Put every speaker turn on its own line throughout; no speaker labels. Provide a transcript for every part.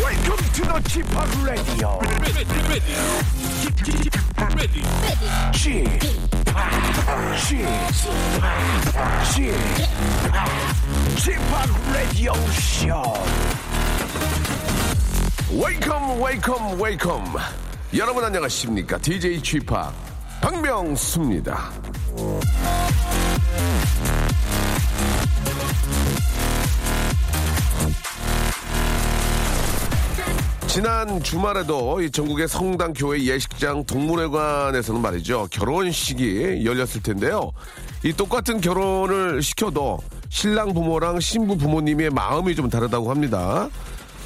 Welcome to the Chip Radio. Chip, Chip, Chip, Chip Radio Show. Welcome, welcome, welcome. 여러분 안녕하십니까? DJ Chip 박명수입니다. 지난 주말에도 이 전국의 성당, 교회, 예식장, 동물회관에서는 말이죠. 결혼식이 열렸을 텐데요. 이 똑같은 결혼을 시켜도 신랑 부모랑 신부 부모님의 마음이 좀 다르다고 합니다.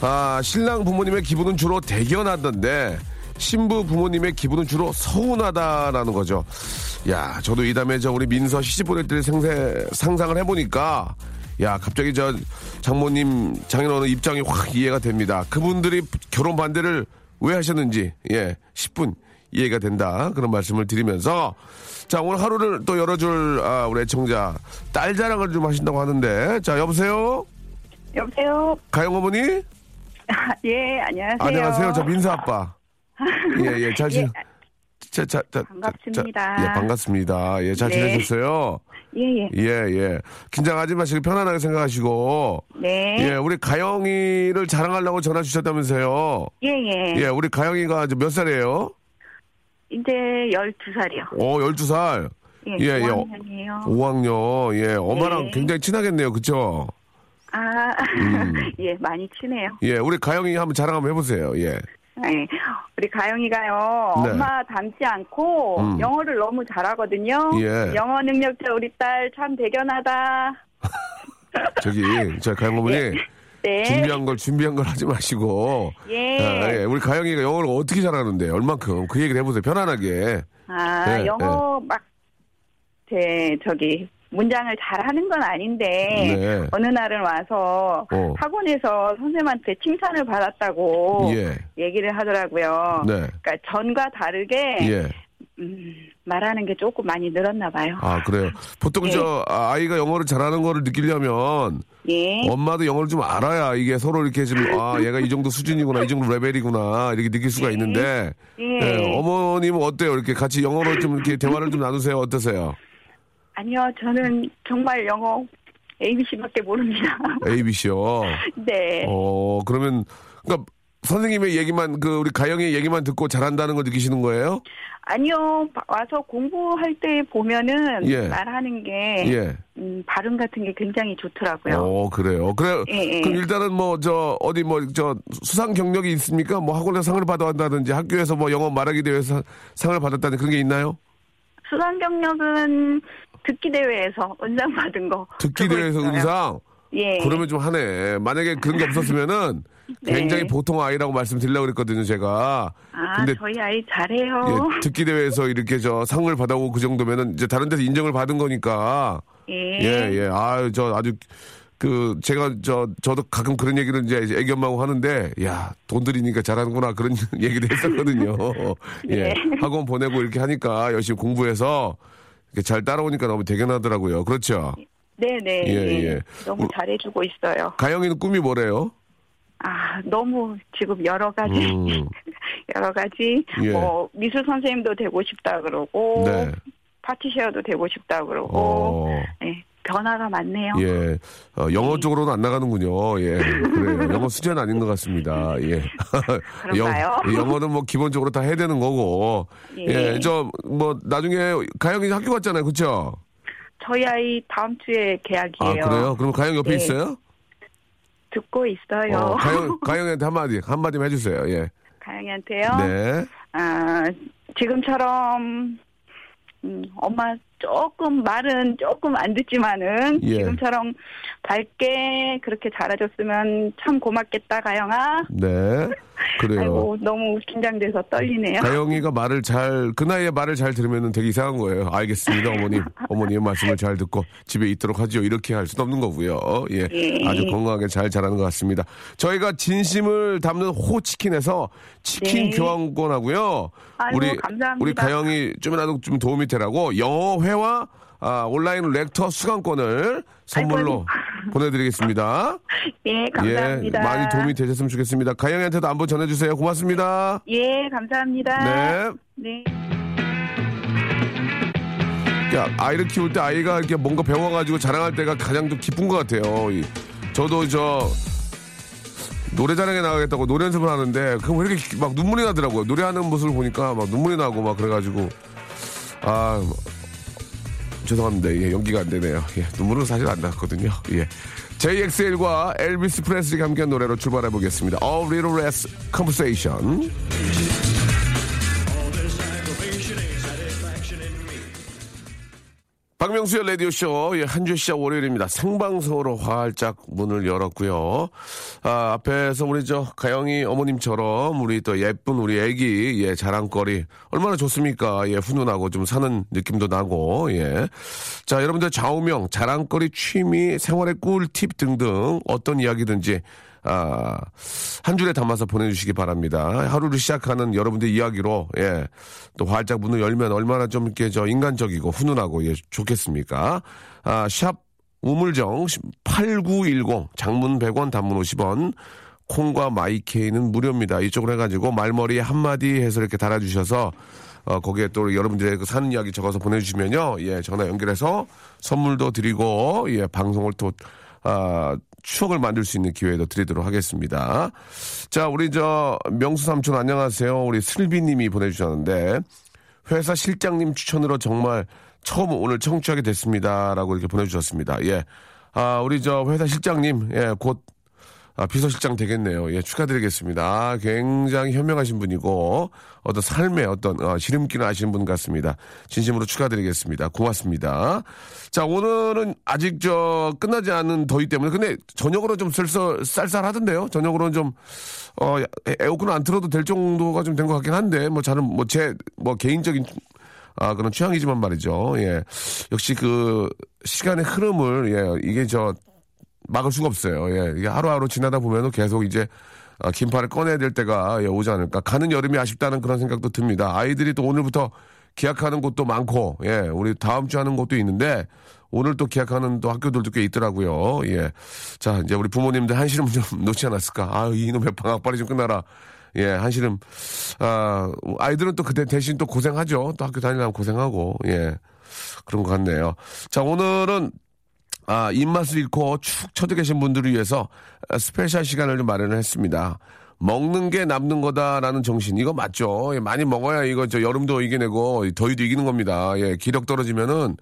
아, 신랑 부모님의 기분은 주로 대견하던데 신부 부모님의 기분은 주로 서운하다라는 거죠. 야, 저도 이 다음에 저 우리 민서 시집 보낼 때 생세, 상상을 해보니까 야, 갑자기 저 장모님, 장인어른 입장이 확 이해가 됩니다. 그분들이 결혼 반대를 왜 하셨는지, 예, 10분 이해가 된다. 그런 말씀을 드리면서, 자, 오늘 하루를 또 열어줄, 아, 우리 애청자, 딸 자랑을 좀 하신다고 하는데, 자, 여보세요?
여보세요.
가영 어머니?
아, 예, 안녕하세요.
안녕하세요. 저 민사 아빠. 예, 예, 잘, 지
예.
자, 자, 자, 자,
반갑습니다.
자, 예, 반갑습니다. 예, 잘
네.
지내셨어요?
예, 예.
예, 예. 긴장하지 마시고 편안하게 생각하시고,
네.
예, 우리 가영이를 자랑하려고 전화 주셨다면서요.
예, 예.
예, 우리 가영이가 이제 몇 살이에요?
이제 12살이요.
어, 12살.
예,
예, 예.
5학년이에요.
5학년. 예, 엄마랑
네.
굉장히 친하겠네요. 그쵸?
아,
음.
예, 많이 친해요.
예, 우리 가영이 한번 자랑 한번 해보세요. 예.
예. 우리 가영이가요,
네.
엄마 닮지 않고
음.
영어를 너무 잘하거든요.
예.
영어 능력자 우리 딸 참 대견하다.
저기, 저 가영 어머니.
네.
준비한 걸, 준비한 걸 하지 마시고.
예.
아, 예. 우리 가영이가 영어를 어떻게 잘하는데, 얼만큼. 그 얘기를 해보세요. 편안하게.
아,
예,
영어 막, 제, 저기, 문장을 잘 하는 건 아닌데,
네.
어느 날은 와서
어.
학원에서 선생님한테 칭찬을 받았다고
예.
얘기를 하더라고요.
네.
그러니까 전과 다르게
예.
음, 말하는 게 조금 많이 늘었나 봐요.
아, 그래요. 보통
예.
저, 아, 아이가 영어를 잘하는 거를 느끼려면,
예.
엄마도 영어를 좀 알아야 이게 서로 이렇게 좀, 아, 얘가 이 정도 수준이구나, 이 정도 레벨이구나, 이렇게 느낄 수가 있는데,
예.
예, 어머님은 어때요? 이렇게 같이 영어로 좀 이렇게 대화를 좀 나누세요. 어떠세요?
아니요, 저는 정말 영어 ABC밖에 모릅니다.
ABC요.
네.
어, 그러면, 그니까, 선생님의 얘기만, 그, 우리 가영의 얘기만 듣고 잘한다는 걸 느끼시는 거예요?
아니요, 바- 와서 공부할 때 보면은
예.
말하는 게
예.
음, 발음 같은 게 굉장히 좋더라고요.
어, 그래요. 그래.
예, 예.
그럼 일단은 뭐, 저, 어디 뭐, 저, 수상 경력이 있습니까? 뭐, 학원에서 상을 받아왔다든지, 학교에서 뭐, 영어 말하기 대회에서 상을 받았다는 그런 게 있나요?
수강 경력은 듣기 대회에서 은상 받은 거.
듣기
그거
대회에서
있어요.
은상?
예.
그러면 좀 하네. 만약에 그런 게 없었으면은,
네.
굉장히 보통 아이라고 말씀드리려고 그랬거든요, 제가.
아,
근데
저희 아이 잘해요.
예, 듣기 대회에서 이렇게 저 상을 받아오고 그 정도면은 이제 다른 데서 인정을 받은 거니까
예.
예, 예. 아유, 저 아주 그 제가 저 저도 가끔 그런 얘기를 이제 애기 엄마하고 하는데 야, 돈 들이니까 잘하는구나 그런 얘기를 했었거든요. 예.
네.
학원 보내고 이렇게 하니까 열심히 공부해서 이렇게 잘 따라오니까 너무 대견하더라고요. 그렇죠.
네네.
예, 예.
너무
우-
잘해주고 있어요.
가영이는 꿈이 뭐래요?
아, 너무 지금 여러 가지,
음.
여러 가지,
예.
뭐, 미술 선생님도 되고 싶다 그러고,
네.
파티셰어도 되고 싶다 그러고,
어.
예, 변화가 많네요.
예. 어, 영어
네.
쪽으로는 안 나가는군요. 예. 그래요. 영어 수준 아닌 것 같습니다. 예.
그런가요?
영어는 뭐 기본적으로 다 해야 되는 거고. 예.
예.
저, 뭐, 나중에 가영이 학교 갔잖아요. 그쵸?
저희 아이 다음 주에
아,
계약이에요.
그래요? 그럼 가영 옆에
예.
있어요?
듣고 있어요.
어, 가영, 가영이한테 한마디, 한마디만 해주세요. 예.
가영이한테요.
네.
아, 지금처럼 아, 음, 엄마 조금 말은 조금 안 듣지만은
예.
지금처럼 밝게 그렇게 자라줬으면 참 고맙겠다 가영아.
네. 그래요.
아이고 너무 긴장돼서 떨리네요.
가영이가 말을 잘, 그 나이에 말을 잘 들으면 되게 이상한 거예요. 알겠습니다, 어머님. 어머님의 말씀을 잘 듣고 집에 있도록 하죠. 이렇게 할 수는 없는 거고요. 예.
예.
아주 건강하게 잘 자라는 것 같습니다. 저희가 진심을 담는 호치킨에서 치킨
네.
교환권 하고요.
아이고, 감사합니다.
우리 가영이 좀이라도 좀 도움이 되라고 영어회화 아, 온라인 렉터 수강권을 선물로 보내드리겠습니다.
예, 감사합니다.
예, 많이 도움이 되셨으면 좋겠습니다. 가영이한테도 안부 전해주세요. 고맙습니다.
예, 감사합니다.
네.
네.
야, 아이를 키울 때 아이가 이렇게 뭔가 배워가지고 자랑할 때가 가장 좀 기쁜 것 같아요. 이- 저도 저 노래자랑에 나가겠다고 노래 연습을 하는데 그럼 왜 이렇게 막 눈물이 나더라고요. 노래하는 모습을 보니까 막 눈물이 나고 막 그래가지고 아 죄송합니다. 예, 연기가 안 되네요. 예, 눈물은 사실 안 났거든요. 예. JXL과 엘비스 프레스리가 함께한 노래로 출발해 보겠습니다. All Little Less Conversation. 박명수의 라디오쇼, 예, 한 주 시작 월요일입니다. 생방송으로 활짝 문을 열었고요. 아, 앞에서 우리 저, 가영이 어머님처럼 우리 또 예쁜 우리 애기, 예, 자랑거리. 얼마나 좋습니까? 예, 훈훈하고 좀 사는 느낌도 나고, 예. 자, 여러분들 좌우명, 자랑거리, 취미, 생활의 꿀팁 등등 어떤 이야기든지 아, 한 줄에 담아서 보내주시기 바랍니다. 하루를 시작하는 여러분들 이야기로, 예, 또 활짝 문을 열면 얼마나 좀 이렇게 저 인간적이고 훈훈하고, 예, 좋겠습니까? 아, 샵 우물정 8910, 장문 100원, 단문 50원, 콩과 마이케이는 무료입니다. 이쪽으로 해가지고 말머리 한마디 해서 이렇게 달아주셔서 어, 거기에 또 여러분들의 그 사는 이야기 적어서 보내주시면요. 예, 전화 연결해서 선물도 드리고, 예, 방송을 또, 아, 추억을 만들 수 있는 기회도 드리도록 하겠습니다. 자, 우리 저, 명수 삼촌 안녕하세요. 우리 슬비님이 보내주셨는데, 회사 실장님 추천으로 정말 처음 오늘 청취하게 됐습니다. 라고 이렇게 보내주셨습니다. 예. 아, 우리 저 회사 실장님, 예, 곧 아, 비서실장 되겠네요. 예, 축하드리겠습니다. 아, 굉장히 현명하신 분이고, 어떤 삶의 어떤, 어, 시름길을 아시는 분 같습니다. 진심으로 축하드리겠습니다. 고맙습니다. 자, 오늘은 아직 저, 끝나지 않은 더위 때문에, 근데 저녁으로 좀 슬슬, 쌀쌀하던데요? 저녁으로는 좀, 어, 에- 에어컨 안 틀어도 될 정도가 좀 된 것 같긴 한데, 뭐, 저는 뭐, 제, 뭐, 개인적인, 아, 그런 취향이지만 말이죠. 예. 역시 그, 시간의 흐름을, 예, 이게 저, 막을 수가 없어요. 예. 이게 하루하루 지나다 보면은 계속 이제 아, 긴팔을 꺼내야 될 때가 예, 오지 않을까. 가는 여름이 아쉽다는 그런 생각도 듭니다. 아이들이 또 오늘부터 기약하는 곳도 많고, 예, 우리 다음 주 하는 곳도 있는데, 오늘 또 기약하는 또 학교들도 꽤 있더라고요. 예. 자, 이제 우리 부모님들 한시름 좀 놓지 않았을까. 아 이놈의 방학 빨리 좀 끝나라. 예, 한시름. 아, 아이들은 또 그때 대신 또 고생하죠. 또 학교 다니려면 고생하고, 예. 그런 것 같네요. 자, 오늘은 아, 입맛을 잃고 축 처져 계신 분들을 위해서 스페셜 시간을 좀 마련을 했습니다. 먹는 게 남는 거다라는 정신. 이거 맞죠? 예, 많이 먹어야 이거 저 여름도 이겨내고 이 더위도 이기는 겁니다. 예, 기력 떨어지면은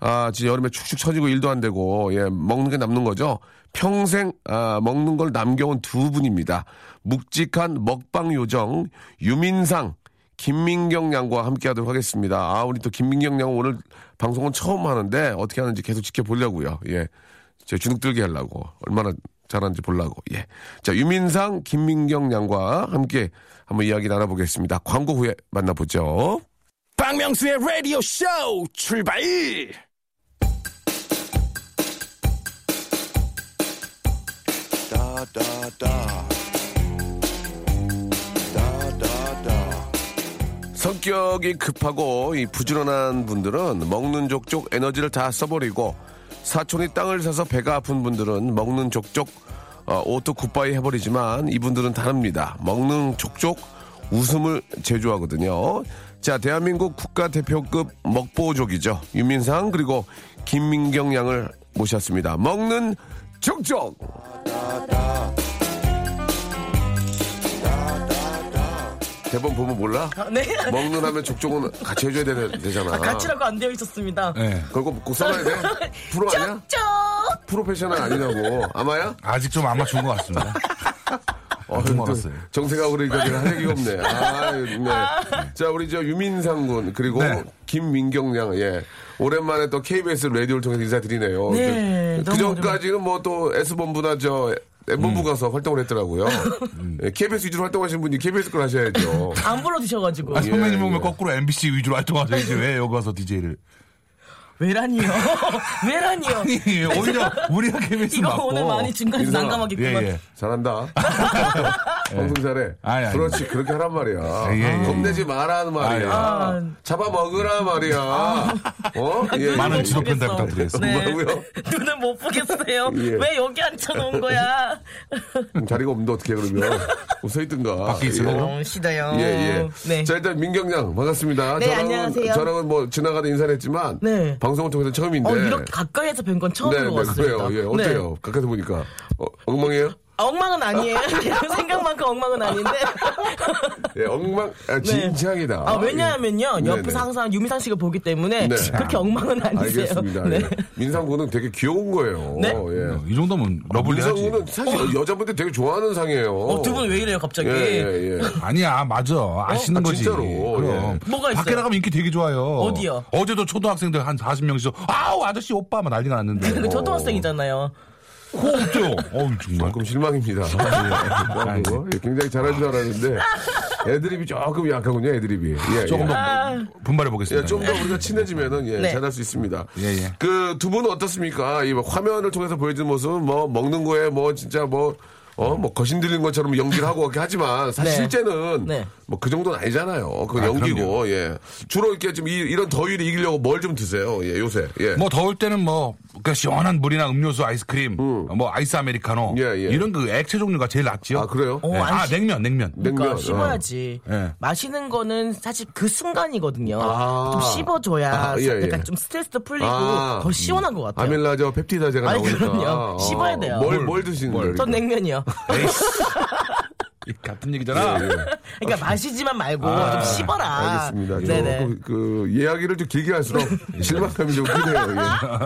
아, 진짜 여름에 축축 처지고 일도 안 되고, 예, 먹는 게 남는 거죠. 평생, 아, 먹는 걸 남겨온 두 분입니다. 묵직한 먹방 요정, 유민상, 김민경 양과 함께 하도록 하겠습니다. 아, 우리 또 김민경 양 오늘 방송은 처음 하는데 어떻게 하는지 계속 지켜보려고요. 예. 제 주눅 들게 하려고. 얼마나 잘하는지 보려고. 예. 자, 유민상, 김민경 양과 함께 한번 이야기 나눠보겠습니다. 광고 후에 만나보죠.
박명수의 라디오 쇼 출발!
성격이 급하고 이 부지런한 분들은 먹는 족족 에너지를 다 써버리고 사촌이 땅을 사서 배가 아픈 분들은 먹는 족족 어, 오토 굿바이 해버리지만 이분들은 다릅니다. 먹는 족족 웃음을 제조하거든요. 자, 대한민국 국가대표급 먹보족이죠. 유민상 그리고 김민경 양을 모셨습니다. 먹는 족족! 대본 보면 몰라?
네.
먹는 하면 족족은 같이 해줘야 되, 되잖아.
아, 같이라고 안 되어 있었습니다.
네. 그걸 꼭꼭 써놔야 돼? 프로 아니야?
쩝쩝!
프로페셔널 아니라고. 아마야?
아직 좀 아마 좋은 것 같습니다.
엄청 많았어요. 그
정세가 그러니까 제가 할 얘기가 없네. 아, 네. 자, 우리 저 유민상 군, 그리고
네.
김민경 양, 예. 오랜만에 또 KBS 라디오를 통해서 인사드리네요.
네,
저-
너무
그전까지는 뭐 또 S본부나 저
음.
M본부 가서 활동을 했더라고요. 예, KBS 위주로 활동하시는 분이 KBS 걸 하셔야죠.
안 불러주셔가지고.
아, 선배님
예, 예.
보면 거꾸로 MBC 위주로 활동하셔야지 왜 여기 와서 DJ를.
왜라니요? 왜라니요?
예, 오히려 우리가 KBS
이거
맞고.
오늘 많이 중간에
인사.
난감하겠구만.
예, 예.
잘한다. 방송 잘해.
네. 아니, 아니.
그렇지, 그렇게 하란 말이야.
예, 예, 예.
겁내지 마라는 말이야.
아.
잡아먹으라 말이야. 어? 예.
많은
모르겠어.
지도 편달 부탁드리겠습니다.
뭐라고요?
네. 눈을 못 보겠어요.
예.
왜 여기 앉혀놓은 거야?
음, 자리가 없는데 어떻게 그러면 서 있든가.
밖에 있어요?
어, 시다요.
예, 예. 예.
네.
자, 일단 민경양 반갑습니다.
네, 안녕하세요.
저랑은 뭐 지나가다 인사를 했지만
네.
방송을 통해서 처음인데.
어, 이렇게 가까이에서 뵌 건
네,
처음인 것
네,
같습니다.
그래요. 예,
네.
어때요? 가까이서 보니까 어, 엉망이에요?
아, 엉망은 아니에요. 네, 생각만큼 엉망은 아닌데.
예, 엉망 아,
네.
진지하이다
아, 왜냐하면요.
네,
옆에서
네.
항상 유미상 씨가 보기 때문에
네.
그렇게 엉망은 아니세요.
알겠습니다.
네.
예. 민상군은 되게 귀여운 거예요.
네?
예.
어, 이 정도면 러블리하지.
민상군은 사실 여자분들 되게 좋아하는 상이에요.
어, 두 분 왜 이래요, 갑자기?
예, 예, 예.
아니야, 어? 맞아. 아시는
아,
거지.
진짜로.
그럼.
예. 뭐가 있어요?
밖에 나가면 인기 되게 좋아요.
어디요?
어제도 초등학생들 한 40명이서, 아우, 아저씨 오빠! 막 난리가 났는데.
어.
그 초등학생이잖아요.
그거 없죠? 어우, 정말.
조금 실망입니다.
아, 네.
예, 예. 그거 굉장히 잘할 줄 알았는데 애드립이 조금 약하군요. 애드립이. 예,
조금
예.
더
아.
분발해
예,
보겠습니다.
좀 더 우리가 친해지면은 예,
네.
잘할 수 있습니다.
예, 예.
그 두 분은 어떻습니까? 이 화면을 통해서 보여주는 모습은 뭐 먹는 거에 뭐 진짜 뭐
네.
어, 뭐, 거신들린 것처럼 연기를 하고 그렇게 하지만, 사실
네.
실제는,
네.
뭐, 그 정도는 아니잖아요. 그건
아,
연기고,
그럼요.
예. 주로 이렇게 좀, 이, 이런 더위를 이기려고 뭘 좀 드세요, 예, 요새, 예.
뭐 더울 때는 뭐 그러니까 시원한 물이나 음료수 아이스크림 뭐 아이스 아메리카노
예, 예.
이런 그 액체 종류가 제일 낫지요.
아, 그래요?
예.
오, 안
아
씹-
냉면 냉면.
그러니까
냉면.
씹어야지.
예.
마시는 거는 사실 그 순간이거든요.
아.
좀 씹어줘야
아, 예, 예.
약간 좀 스트레스도 풀리고
아.
더 시원한 것 같아요.
아밀라저 펩티다제가
아니,
나오니까.
그럼요. 씹어야 돼요.
뭘, 뭘,
뭘,
드시는
뭘.
거예요?
전 냉면이요.
에이씨. 이 같은
예,
얘기잖아.
그러니까 마시지만 말고 좀 씹어라.
아. 알겠습니다.
아, 네네.
조금 그 이야기를 좀 길게 할수록
예.
실망감이 좀 크네요. 예.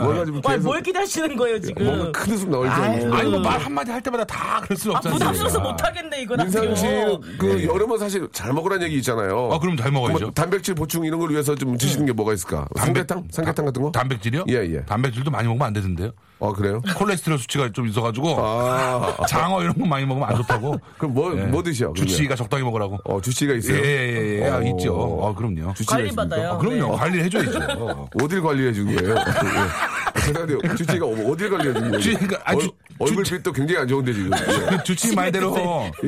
뭔가 좀
와,
계속
뭘 기대하시는 거예요
뭔가
지금?
큰 웃음 나올 줄
아유.
알았는데.
아니 뭐 말 한마디 할 때마다 다 그럴 수는
아
없잖아요.
부담스러워서 못하겠네 이거
민상
나중에.
씨그 여름은 사실 잘 먹으란 얘기 있잖아요.
아, 그럼 잘 먹어야죠.
뭐 단백질 보충 이런 걸 위해서 좀 드시는 게 뭐가 있을까? 삼계탕? 삼계탕 같은 거?
단백질이요?
예, 예.
단백질도 많이 먹으면 안 되던데요.
아 그래요?
콜레스테롤 수치가 좀 있어가지고
아
장어 이런 거 많이 먹으면 안 좋다고.
그럼 뭐 뭐
예.
드셔? 그러면?
주치의가 적당히 먹으라고.
어 주치가 있어요?
예예예 예, 예. 아,
어.
있죠. 아 그럼요.
주치가
관리 받아요. 네.
아, 그럼요. 관리를 해줘야죠.
어딜 관리해 준 거예요? 예. 죄송한데 주치가 어딜 관리해 준 거예요?
주치의가- 아, 주-
얼, 굴빛도 굉장히 안 좋은데 지금. 예.
그 주치 말대로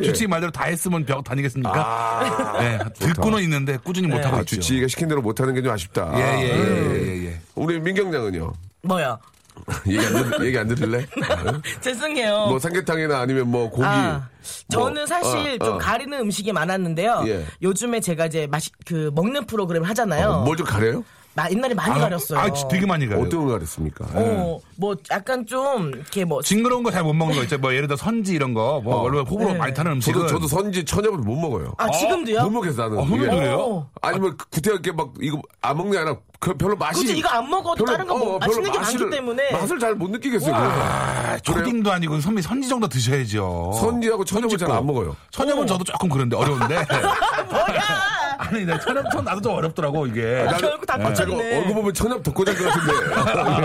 주치 말대로 다 했으면 벽 다니겠습니까? 네, 듣고는 있는데 꾸준히 못 하고
아,
있죠.
주치가 시킨 대로 못하는 게 좀 아쉽다.
그렇죠. 예예예 예, 예, 예.
우리 민경장은요?
뭐야?
얘기 안, 들, 얘기 안 들을래?
죄송해요.
네? 뭐 삼계탕이나 아니면 뭐 고기.
아, 저는
뭐,
사실
아,
좀
아.
가리는 음식이 많았는데요.
예.
요즘에 제가 이제 마시, 그 먹는 프로그램을 하잖아요.
뭘 어, 뭐 좀 가려요?
마- 옛날에 많이
아,
가렸어요.
아, 되게 많이 가요.
네. 어떤 걸 가렸습니까? 네.
어, 뭐 약간 좀 이렇게 뭐
징그러운 거 잘 못 먹는 거 있죠. 뭐 예를 들어 선지 이런 거, 뭐 원래 호불호
네.
많이 타는 음식은
저도, 저도 선지 천엽을 못 먹어요.
아, 지금도요? 아,
못 먹겠어, 나는.
어,
이게.
호불호 그래요?
어.
아니면 구태하게 막 이거 안 먹는 게 아니라 그 별로 맛이.
그치, 이거 안 먹어도 다른 거 먹-
별로
맛있는 게 많기
맛을-
때문에.
맛을 잘 못 느끼겠어요. 그래서.
아,
그래요?
초딩도 아니고 선미 선지 정도
어.
드셔야죠.
선지하고 천엽을 잘 안 먹어요.
천엽은 저도 조금 그런데 어려운데. 아니, 나 천엽 천 나도 좀 어렵더라고 이게.
나-
결국 다
아, 제가
똑같네.
얼굴 보면 천엽 독고장 같은데.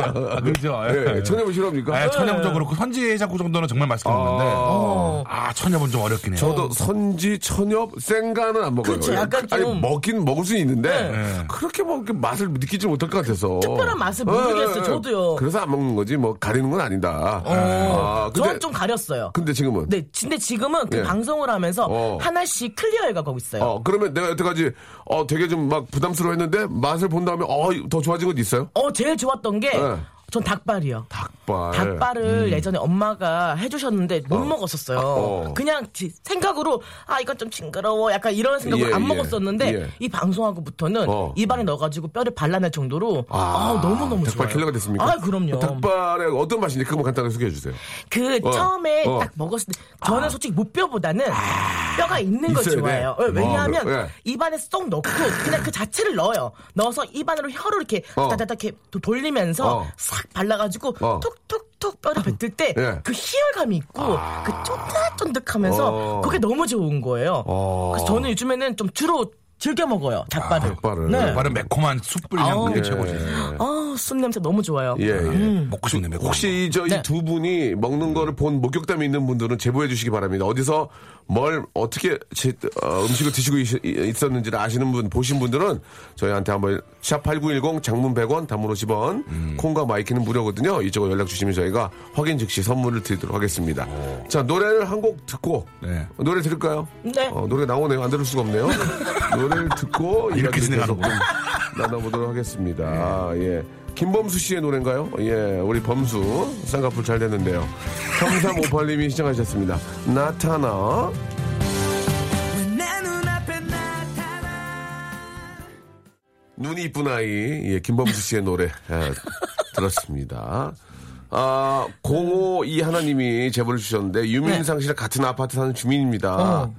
아, 그렇죠.
예, 천엽을 싫어합니까? 예.
아, 천엽은 좀 그렇고 선지 자꾸 정도는 정말 맛있게 먹는데. 아, 천엽은 좀 어렵긴 해요.
저도 선지, 천엽, 생간은 안 먹어요.
그쵸, 약간
아니,
좀-
먹긴 먹을 수 있는데,
네.
그렇게 뭐, 그 맛을 느끼지 못할 것 같아서.
특별한 맛을 모르겠어요, 저도요. 어.
그래서 안 먹는 거지, 뭐, 가리는 건 아니다. 아, 근데,
저는 좀 가렸어요.
근데 지금은.
네, 근데 지금은 그
예.
방송을 하면서
어.
하나씩 클리어해가고 있어요.
어, 그러면 내가 여태까지, 어, 되게 좀 막 부담스러워 했는데, 맛을 본 다음에, 어, 더 좋아진 것 있어요?
어, 제일 좋았던 게 전
예.
닭발이요.
닭발. 음.
닭발을 예전에 엄마가 해주셨는데 못 먹었었어요.
어.
그냥 지- 생각으로 아 이건 좀 징그러워 약간 이런 생각으로
예,
안
예.
먹었었는데
예.
이 방송하고부터는
어.
입안에 넣어가지고 뼈를 발라낼 정도로
아,
아, 너무 너무
닭발
좋아요.
킬러가 됐습니까?
아 그럼요.
닭발에 어떤 맛인지 그거 간단하게 소개해 주세요.
그
어,
처음에
어. 아.
딱 먹었을 때 저는 솔직히 무뼈보다는 뼈가 있는 걸
있어야 돼.
좋아해요. 왜- 왜냐하면
어, 예.
입안에 쏙 넣고 그냥 그 자체를 넣어요. 넣어서 입안으로 혀로 이렇게
어.
따다닥 이렇게 돌리면서
어.
싹 발라가지고
어.
툭툭툭 툭툭 뼈를 뱉을 때 그
예. 아.
희열감이 있고 그 쫀득쫀득하면서
어.
그게 너무 좋은 거예요.
어. 아,
그래서 저는 요즘에는 좀 주로 즐겨 먹어요 닭발을.
닭발을.
네.
그 바로 매콤한 숯불 향 그게
아우.
최고지.
아, 숯 냄새 너무 좋아요.
예, 예.
먹고 싶네 매콤.
혹시 이 저
네.
이 두 분이 먹는 거를 본 목격담이 있는 분들은 제보해 주시기 바랍니다. 어디서 뭘 어떻게 제- 어, 음식을 드시고 있- 있었는지를 아시는 분 보신 분들은 저희한테 한번 샵8910 장문 100원 단문 50원 콩과 마이키는 무료거든요. 이쪽으로 연락 주시면 저희가 확인 즉시 선물을 드리도록 하겠습니다. 자 노래를 한 곡 듣고
네.
노래 들을까요?
네.
어, 노래 나오네요. 안 들을 수가 없네요. 노래를 듣고
이렇게
이야기를 계속
진행하는구나.
좀 나눠보도록 하겠습니다. 아, 예. 김범수 씨의 노래인가요? 예, 우리 범수 쌍꺼풀 잘 됐는데요. 3358님이 시청하셨습니다. 나타나. 눈이 이쁜 아이, 예, 김범수 씨의 노래 예, 들었습니다. 아, 052 하나님이 제보를 주셨는데 유민상 씨랑 같은 아파트 사는 주민입니다.
어.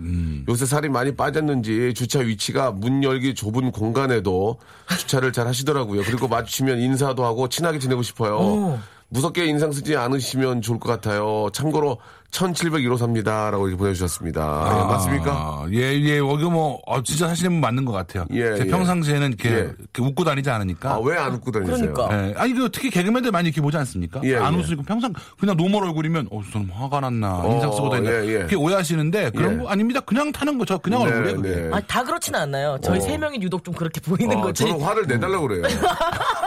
요새 살이 많이 빠졌는지 주차 위치가 문 열기 좁은 공간에도 주차를 잘 하시더라고요. 그리고 마주치면 인사도 하고 친하게 지내고 싶어요. 무섭게 인상 쓰지 않으시면 좋을 것 같아요. 참고로 1701호 삽니다. 라고 이렇게 보내주셨습니다.
아.
예, 맞습니까?
예예 여기 뭐 어, 진짜 하시는 분 맞는 것 같아요.
예,
제
예.
평상시에는 이렇게,
예.
이렇게 웃고 다니지 않으니까.
아, 왜 안 웃고 다니세요?
그러니까.
예. 아니 그 특히 개그맨들 많이 이렇게 보지 않습니까?
예,
안
예.
웃으니까 평상 그냥 노멀 얼굴이면 어 저는 화가 났나
어,
인상 쓰고 다니나
예, 예.
그게 오해하시는데 그런
예.
거 아닙니다. 그냥 타는 거죠. 그냥
네,
얼굴이에요. 그게.
네.
아, 다 그렇진 않아요. 저희
어.
세 명이 유독 좀 그렇게 보이는
아,
거지.
저는 화를 내달라고 그래요.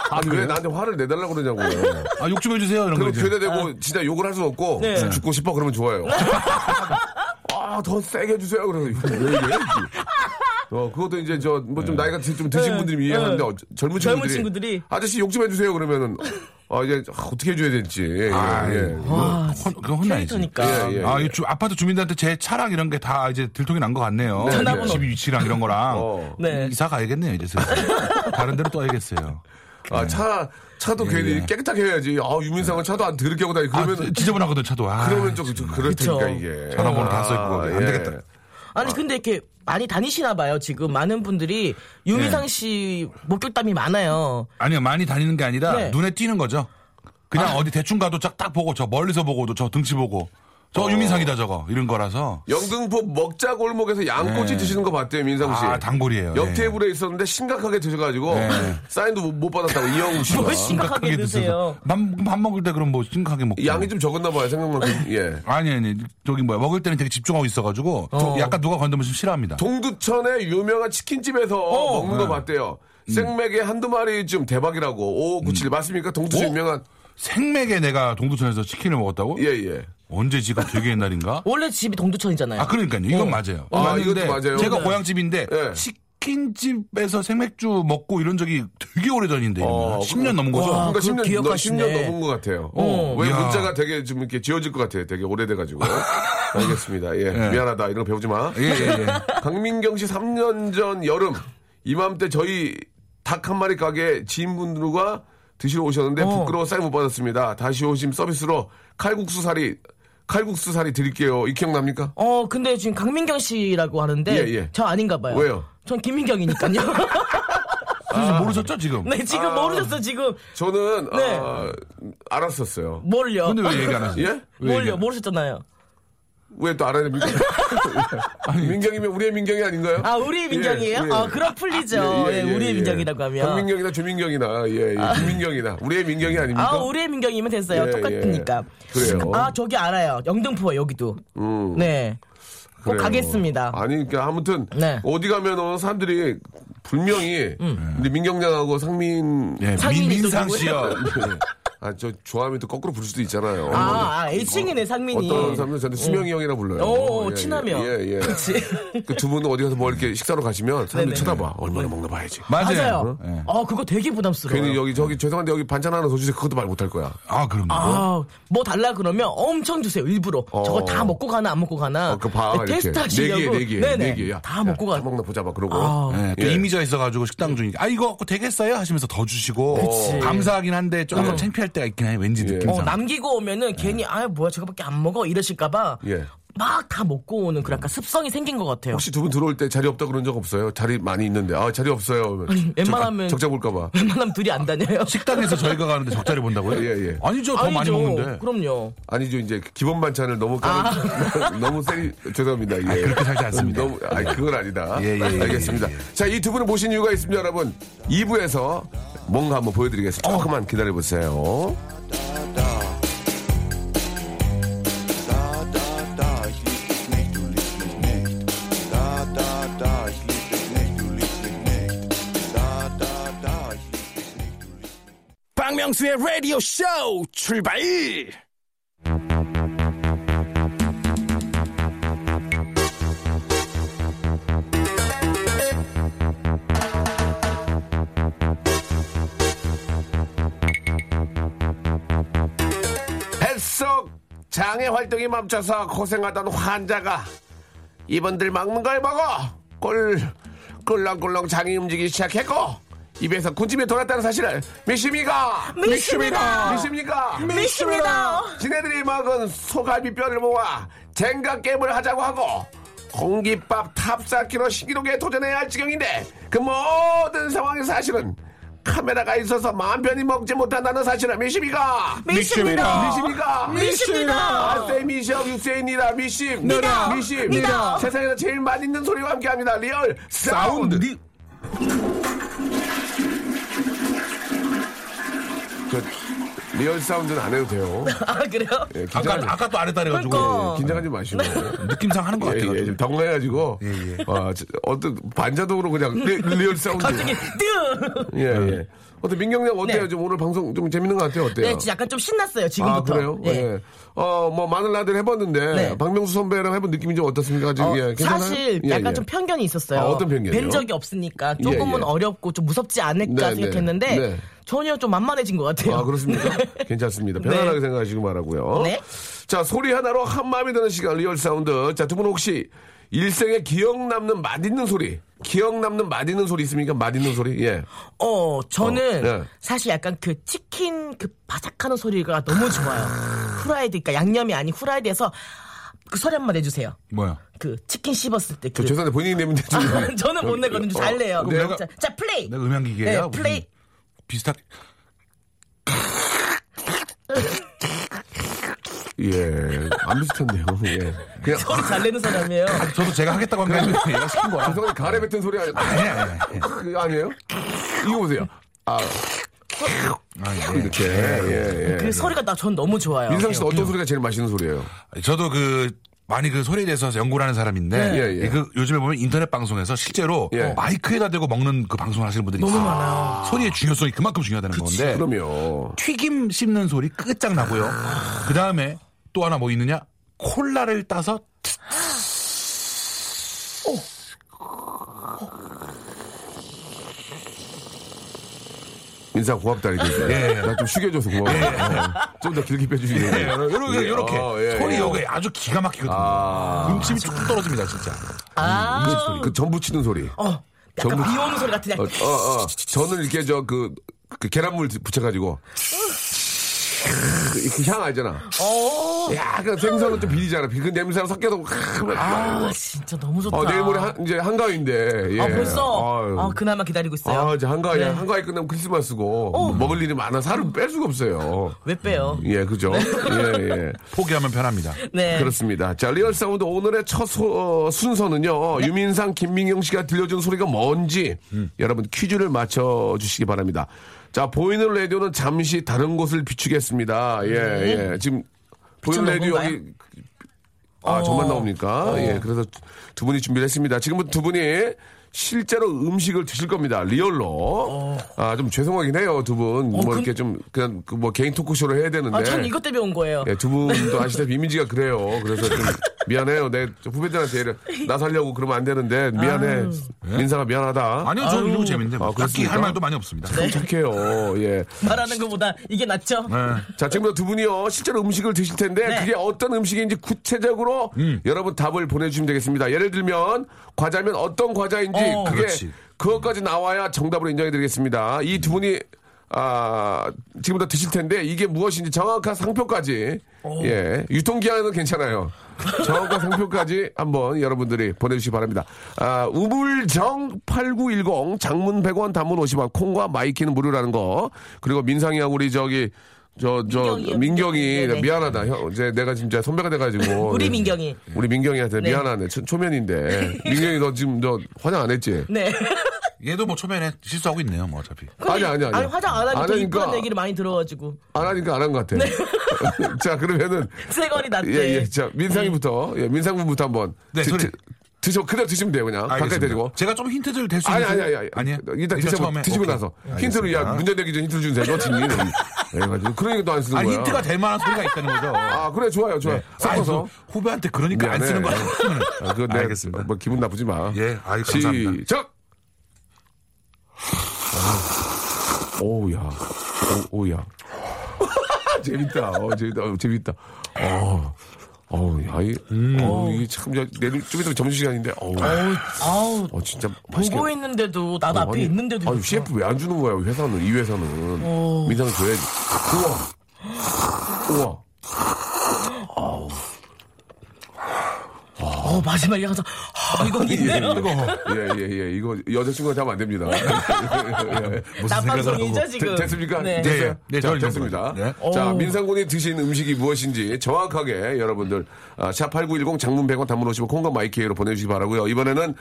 아니, 왜 나한테 화를 내달라고 그러냐고요.
아, 욕 좀 해주세요. 이런 거
그리고
이제.
교대되고 진짜 욕을 할 수는 없고
아. 네.
죽고 싶어 그러면 좋아요. 아, 더 세게 해주세요. 그래서 이거 왜 이래? 어, 그것도 이제 저 뭐 좀 나이가 드- 좀 드신
네.
분들이 이해하는데
네.
어, 젊은 친구들이,
젊은 친구들이.
아저씨 욕 좀 해주세요 그러면은 어, 이제 아, 어떻게 해줘야 될지 예, 예, 예.
와,
헌- 그건 어, 혼나야지.
아, 캐릭터니까.
예, 예.
아, 이 주, 아파트 주민들한테 제 차랑 이런 게 다 이제 들통이 난 것 같네요.
네,
집-
네.
집 위치랑 이런 거랑.
어.
네.
이사 가야겠네요, 이제 슬슬. 다른 데로 떠야겠어요.
아, 차 차도 괜히
예.
깨끗하게 해야지. 아, 유민상은 차도 안 더럽게 하고 다니.
아,
그러면 은
지저분하거든, 차도. 아,
그러면 좀, 좀 그럴
그쵸.
테니까 이게
전화번호 다 써있고.
아,
안 되겠다.
아니 근데 이렇게 많이 다니시나 봐요 지금 많은 분들이 유미상 씨 목격담이 많아요.
아니요, 많이 다니는 게 아니라
네. 아.
눈에 띄는 거죠. 그냥 어디 대충 가도 쫙 딱 보고, 저 멀리서 보고도 저 등치 보고. 저
어.
유민상이다, 저거. 이런 거라서.
영등포 먹자 골목에서 양꼬치
네.
드시는 거 봤대요, 민상 씨.
아, 단골이에요.
옆
예.
테이블에 있었는데 심각하게 드셔가지고
네. 뭐
사인도 못, 못 받았다고 이영우 씨가.
뭘 심각하게 드세요.
밥, 밥 먹을 때 그럼 뭐 심각하게 먹고.
양이 좀 적었나 봐요, 생각만큼.
네.
예.
아니, 아니. 저기 뭐야. 먹을 때는 되게 집중하고 있어가지고.
어.
약간 누가 건드면 좀 싫어합니다.
동두천의 유명한 치킨집에서
어,
먹는
네.
거 봤대요.
음.
생맥에 한두 마리쯤 대박이라고. 5597 맞습니까? 동두천
오?
유명한.
생맥에 내가 동두천에서 치킨을 먹었다고?
예, 예.
언제 지가 되게 옛날인가?
원래 집이 동두천이잖아요.
아 그러니까요. 이건 맞아요.
아,
맞는데
이것도 맞아요.
제가
네.
고향집인데
예.
치킨집에서 생맥주 먹고 이런 적이 되게 오래전인데
어,
10년 넘은 거죠.
와.
그러니까
그걸
10년, 넘,
기억하시네.
10년 넘은 것 같아요.
어.
왜
야.
문자가 되게 좀 이렇게 지워질 것 같아요. 되게 오래돼가지고. 알겠습니다. 예. 미안하다. 이런 거 배우지 마.
예, 예, 예.
강민경 씨 3년 전 여름 이맘때 저희 닭 한 마리 가게 지인분들과 드시러 오셨는데 부끄러워 사인 못 받았습니다. 다시 오심 서비스로 칼국수 사리 칼국수 사리 드릴게요. 이 기억납니까?
어 근데 지금 강민경 씨라고 하는데
예, 예.
저 아닌가 봐요.
왜요?
전 김민경이니까요.
그래서 아. 모르셨죠 지금?
네 지금 모르셨어 지금
저는
네.
아, 알았었어요.
뭘요?
근데 왜 얘기 안 하세요?
예?
왜 얘기
뭘요?
안-
모르셨잖아요.
왜 또 알아야 됩니까? 민경이면 우리의 민경이 아닌가요?
아 우리의 민경이에요?
예, 예.
아 그럼 풀리죠. 예, 우리의 민경이라고 하면.
강민경이나 주민경이나 예, 예. 김민경이나 우리의 민경이 아닙니까?
아 우리의 민경이면 됐어요.
예,
똑같으니까.
예. 그래요.
아 저기 알아요. 영등포 여기도. 네. 꼭
그래요.
가겠습니다.
음. 아니, 그러니까 아무튼
네.
어디 가면은 사람들이 분명히
음.
근데 민경양하고 상민
예,
상인이
민, 민상
또
씨요.
아 저 좋아하면 또 거꾸로 부를 수도 있잖아요. 어, 뭐
아, 아 애칭이네 상민이.
어떤 사람들은 저한테 수명이 형이라 불러요.
오, 친하며.
예, 예.
그치.
그 두 분은 어디 가서 뭐 이렇게 식사로 가시면 사람들 이
네네.
쳐다봐. 얼마나 먹나 봐야지.
맞아요.
맞아요.
예.
어, 그거 되게 부담스러워요.
괜히 여기 저기 죄송한데 여기 반찬 하나 더 주세요. 그것도 말 못할 거야.
아 그럼요.
아, 뭐 달라 그러면 엄청 주세요. 일부러. 저거 다 먹고 가나 안 먹고 가나.
어, 그 봐.
네,
이렇게.
테스트 하시려고.
네 개, 네 개, 네 개. 야,
다 먹고
야,
가.
다 먹나 보자봐. 그러고.
아.
예, 또
예.
이미지가 있어가지고 식당 중이니까 아 이거 갖고 되겠어요 하시면서 더 주시고
그치.
감사하긴 한데 조금 창피할 때가 있긴 해요 왠지
예.
느낌상
어, 남기고 오면은 괜히 아, 뭐야 저거밖에 안 먹어 이러실까 봐.
예. 음.
막 다 먹고 오는 그런 약간 습성이 생긴 것 같아요.
혹시 두 분 들어올 때 자리 없다 그런 적 없어요? 자리 많이 있는데 아 자리 없어요.
아니, 웬만하면-
적자 볼까봐.
웬만하면 둘이 안 다녀요.
식당에서 저희가 가는데 적자를 본다고요?
예, 예.
아니죠. 더 많이 먹는데.
그럼요.
아니죠 이제 기본 반찬을 너무
아.
까는 너무 세리 죄송합니다. 예.
그렇게 살지 않습니다.
너무 아니 그건 아니다.
예, 예, 예,
알겠습니다.
예, 예.
자 이 두 분을 모신 이유가 있습니다, 여러분. 2부에서 뭔가 한번 보여드리겠습니다. 조금만 기다려 보세요.
박명수의 라디오 쇼 출발!
뱃속 장애 활동이 멈춰서 고생하던 환자가 이번들 막는 걸 먹어 꿀 꿀렁꿀렁 장이 움직이기 시작했고 입에서 군침이 돌았다는 사실을 믿습니까?
믿습니다.
믿습니까?
믿습니다.
지네들이 막은 소갈비 뼈를 모아 젠가 게임을 하자고 하고 공깃밥 탑쌓기로 신기록에 도전해야 할 지경인데 그 모든 상황의 사실은 카메라가 있어서 마음 편히 먹지 못한다는 사실을 믿습니까?
믿습니다.
미십니까?
미십니다.
아세 미션 육세입니다. 미십.
믿어.
미십.
믿어.
세상에서 제일 맛있는 소리와 함께합니다. 리얼 사운드.
사운드.
저, 그 리얼 사운드는 안 해도 돼요.
아 그래요?
예, 긴장,
아까 아까 또 안 했다 그래가지고 네.
그러니까.
예, 긴장하지 마시고.
느낌상 하는 것
예,
같아요.
예, 좀 당황해가지고.
예, 예.
와, 저, 어떤 반자동으로 그냥 리, 리얼 사운드.
갑자기 뜨.
예, 예. 어떤 민경량 어때요?
네.
좀 오늘 방송 좀 재밌는 것 같아요? 어때요?
네, 진짜 약간 좀 신났어요
아,
지금부터.
그래요?
예.
예. 어, 뭐, 많은 라디오 해봤는데,
네.
박명수 선배랑 해본 느낌이 좀 어떻습니까? 지금,
어,
예, 괜찮아요?
사실
예,
약간
예.
좀 편견이 있었어요.
아, 어떤 편견이요?
뵌 적이 없으니까 조금은
예, 예.
어렵고 좀 무섭지 않을까
네,
생각했는데
네, 네.
전혀 좀 만만해진 것 같아요.
아, 그렇습니까? 괜찮습니다. 편안하게
네.
생각하시고 말하고요.
네.
자, 소리 하나로 한 마음이 드는 시간, 리얼 사운드. 자, 두 분 혹시 일생에 기억 남는 맛있는 소리, 기억 남는 맛있는 소리 있습니까? 맛있는 소리? 예.
어, 저는
어, 네.
사실 약간 그 치킨 그 바삭하는 소리가 너무 좋아요. 후라이드, 그러니까 양념이 아닌 후라이드에서 그 소리 한 번 내주세요.
뭐야?
그 치킨 씹었을 때
저
그.
죄송한데 본인이 내면 되죠.
저는 못 내거든요. 잘 내요.
어, 내가-
자, 자, 플레이.
내가 음향기계야.
네, 플레이.
비슷한.
예. 안 비슷한데요. 예. 그냥.
소리 잘 내는 사람이에요.
저도 제가 하겠다고 한 게 아니고 얘가 시킨 거야.
죄송한데 가래 뱉은 소리 아니,
아니 아니.
그거 아니에요? 이거 보세요. 아,
아,
이렇게. 예, 예.
그 소리가 나 전 너무 좋아요.
민상 씨는 어떤 소리가 제일 맛있는 소리예요?
저도 그 많이 그 소리에 대해서 연구를 하는 사람인데
네. 예, 예.
그 요즘에 보면 인터넷 방송에서 실제로
예.
마이크에다 대고 먹는 그 방송을 하시는 분들이 너무 많아요. 소리의 중요성이 그만큼 중요하다는 건데
네, 그럼요.
튀김 씹는 소리 끝장나고요. 그 다음에 또 하나 뭐 있느냐? 콜라를 따서
인사 고맙다 이거죠.
예.
나좀 쉬게 해줘서 고마워. 좀 더 길게 빼주시네요.
예, 요렇게 요렇게
어, 예,
소리
예.
요게 아주 기가 막히거든요.
아.
음침이 쭉 떨어집니다 진짜.
그
아,
소리, 그 전부 치는 소리.
어, 약간
아, 전부-
비 오는 소리 같은
어,
약간.
어, 어. 저는 이렇게 저 그 계란물 붙여가지고 그, 그향 알잖아.
어.
약간 생선은 좀 비리잖아. 그 냄새랑 섞여서
아, 진짜 너무 좋다.
어, 내일 모레 한, 이제 한가위인데. 예.
아, 벌써?
아유.
아, 그나마 기다리고 있어요.
아, 이제 한가위,
네. 어.
한가위 끝나면 크리스마스고, 먹을 일이 많아. 살은 뺄 수가 없어요.
왜 빼요?
예, 그죠? 예, 예.
포기하면 편합니다.
네.
그렇습니다. 자, 리얼 사운드 오늘의 첫 소- 어, 순서는요.
네.
유민상, 김민경 씨가 들려준 소리가 뭔지
음.
여러분 퀴즈를 맞춰주시기 바랍니다. 자, 보이는 라디오는 잠시 다른 곳을 비추겠습니다. 예, 예. 지금 보이는 라디오
네. 비춰놓은
여기
어.
아, 저만 나옵니까? 예, 그래서 두 분이 준비를 했습니다. 지금부터 두 분이 실제로 음식을 드실 겁니다. 리얼로.
어.
아, 좀 죄송하긴 해요, 두 분. 뭐
그-
이렇게 좀, 그냥 그뭐 개인 토크쇼를 해야 되는데.
아, 전 이것 때문에 온 거예요.
예, 두 분도 아시다시피 이미지가 그래요. 그래서 좀 미안해요. 내 후배들한테 얘를 나 살려고 그러면 안 되는데 미안해. 예? 민사가 미안하다.
아. 아니요 저는 이거 재밌는데 뭐
아,
딱히
그렇습니까? 네.
할 말도 많이 없습니다.
착해요. 예.
말하는 것보다 이게 낫죠?
네.
네.
자, 지금부터 두 분이요. 실제로 음식을 드실 텐데
네.
그게 어떤 음식인지 구체적으로
음.
여러분 답을 보내주시면 되겠습니다. 예를 들면 과자면 어떤 과자인지
어.
그게
그렇지.
그것까지 나와야 정답으로 인정해드리겠습니다. 이 두 분이 아, 지금부터 드실 텐데 이게 무엇인지 정확한 상표까지 예 유통기한은 괜찮아요. 저과 상표까지 한번 여러분들이 보내주시기 바랍니다. 아, 우물정 8910 장문 100원 단문 50원 콩과 마이키는 무료라는 거 그리고 민상이하고 우리 저기 저 저
민경이요.
민경이
네네.
미안하다 형 이제 내가 진짜 선배가 돼가지고 네.
우리 민경이.
우리 민경이한테
네.
미안하네 초, 초면인데 민경이 너 지금 너 화장 안 했지?
네.
얘도 뭐 초면에 실수하고 있네요, 뭐 어차피.
아니 아니 아니.
아니 화장 안 하니까
안
더
하니까.
이쁜 얘기를 네. 많이 들어가지고
안 하니까 안 한 것 같아. 자 그러면은
세건이 낫대.
예, 예. 자, 민상이부터,
네.
예, 민상군부터 한 번.
네,
드,
소리.
드, 드셔, 그대로 드시면 돼요, 그냥. 가까이
알겠습니다.
대고.
아, 제가 좀 힌트를 될 수 있는
아니, 아니, 아니, 아니.
아니에요?
일단 드셔, 드시고
오케이.
나서. 힌트를, 야,
알겠습니다.
문제 내기 전 힌트를 주면 되죠, 진이. 그래가지고. 그러니까 또 안 쓰는
아니
거야.
힌트가 될 만한 소리가 있다는 거죠.
아, 그래, 좋아요, 좋아요.
네. 아니,
섞어서.
그 후배한테 그러니까
미안해.
안 쓰는 거야.
아, 그거 내,
알겠습니다.
뭐, 기분 나쁘지 마.
예, 아유, 감사합니다.
시작! 아, 오우, 야. 오우, 야. 재밌다. 어, 재밌다. 어, 재밌다. 어. 어우, 야, 이, 어우, 이게 참, 야, 내일 좀 이따 점심시간인데, 어우,
어우, 아우
어, 진짜 맛있게. 어,
보고 있는데도 나도 앞에 있는데도
아니,
이렇게.
CF 왜 안 주는 거야, 이 회사는, 이 회사는. 민상 줘야지. 우와. 우와.
어 마지막에 가서 아, 이건 있네요.
예, 예, 예. 이거 여자친구한테 하면 안 됩니다. 예, 예.
무슨 생각을
낮방송이죠
하고.
지금.
되- 됐습니까?
네.
됐어요?
예, 예. 네,
자,
저는
됐습니다.
정말.
자, 민상군이 드신 음식이 무엇인지 정확하게 여러분들 아, 샵8910 장문 100원 단문 오시면 콩과 마이키로 보내주시기 바라고요. 이번에는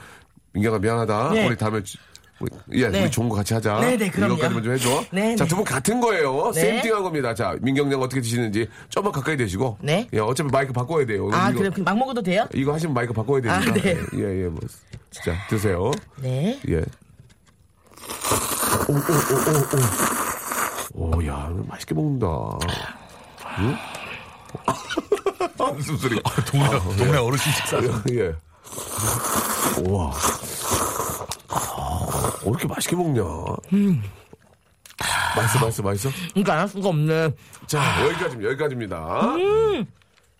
민경아 미안하다.
네.
우리 다음에 주- 우리, 예,
네.
우리 좋은 거 같이 하자.
네, 네, 그럼요.
이거까지만 좀 해줘.
네,
자,
네.
두 분 같은 거예요.
네.
세임팅 한 겁니다. 자, 민경 양 어떻게 드시는지 좀만 가까이 되시고.
네.
예, 어차피 마이크 바꿔야 돼요.
아
이거-
그래 그럼 막 먹어도 돼요?
이거 하시면 마이크 바꿔야
아,
되니까.
네.
예, 예, 뭐. 자, 드세요.
네.
예. 오, 오, 오, 오, 오. 오, 야, 맛있게 먹는다. 응? 무슨 아, 소리?
아, 동네, 동네 어르신 식사.
예. 우와. 아, 왜 이렇게 맛있게 먹냐? 음. 맛있어, 맛있어, 맛있어?
그러니까 안 할 수가 없네.
자, 여기까지입니다. 여기까지입니다.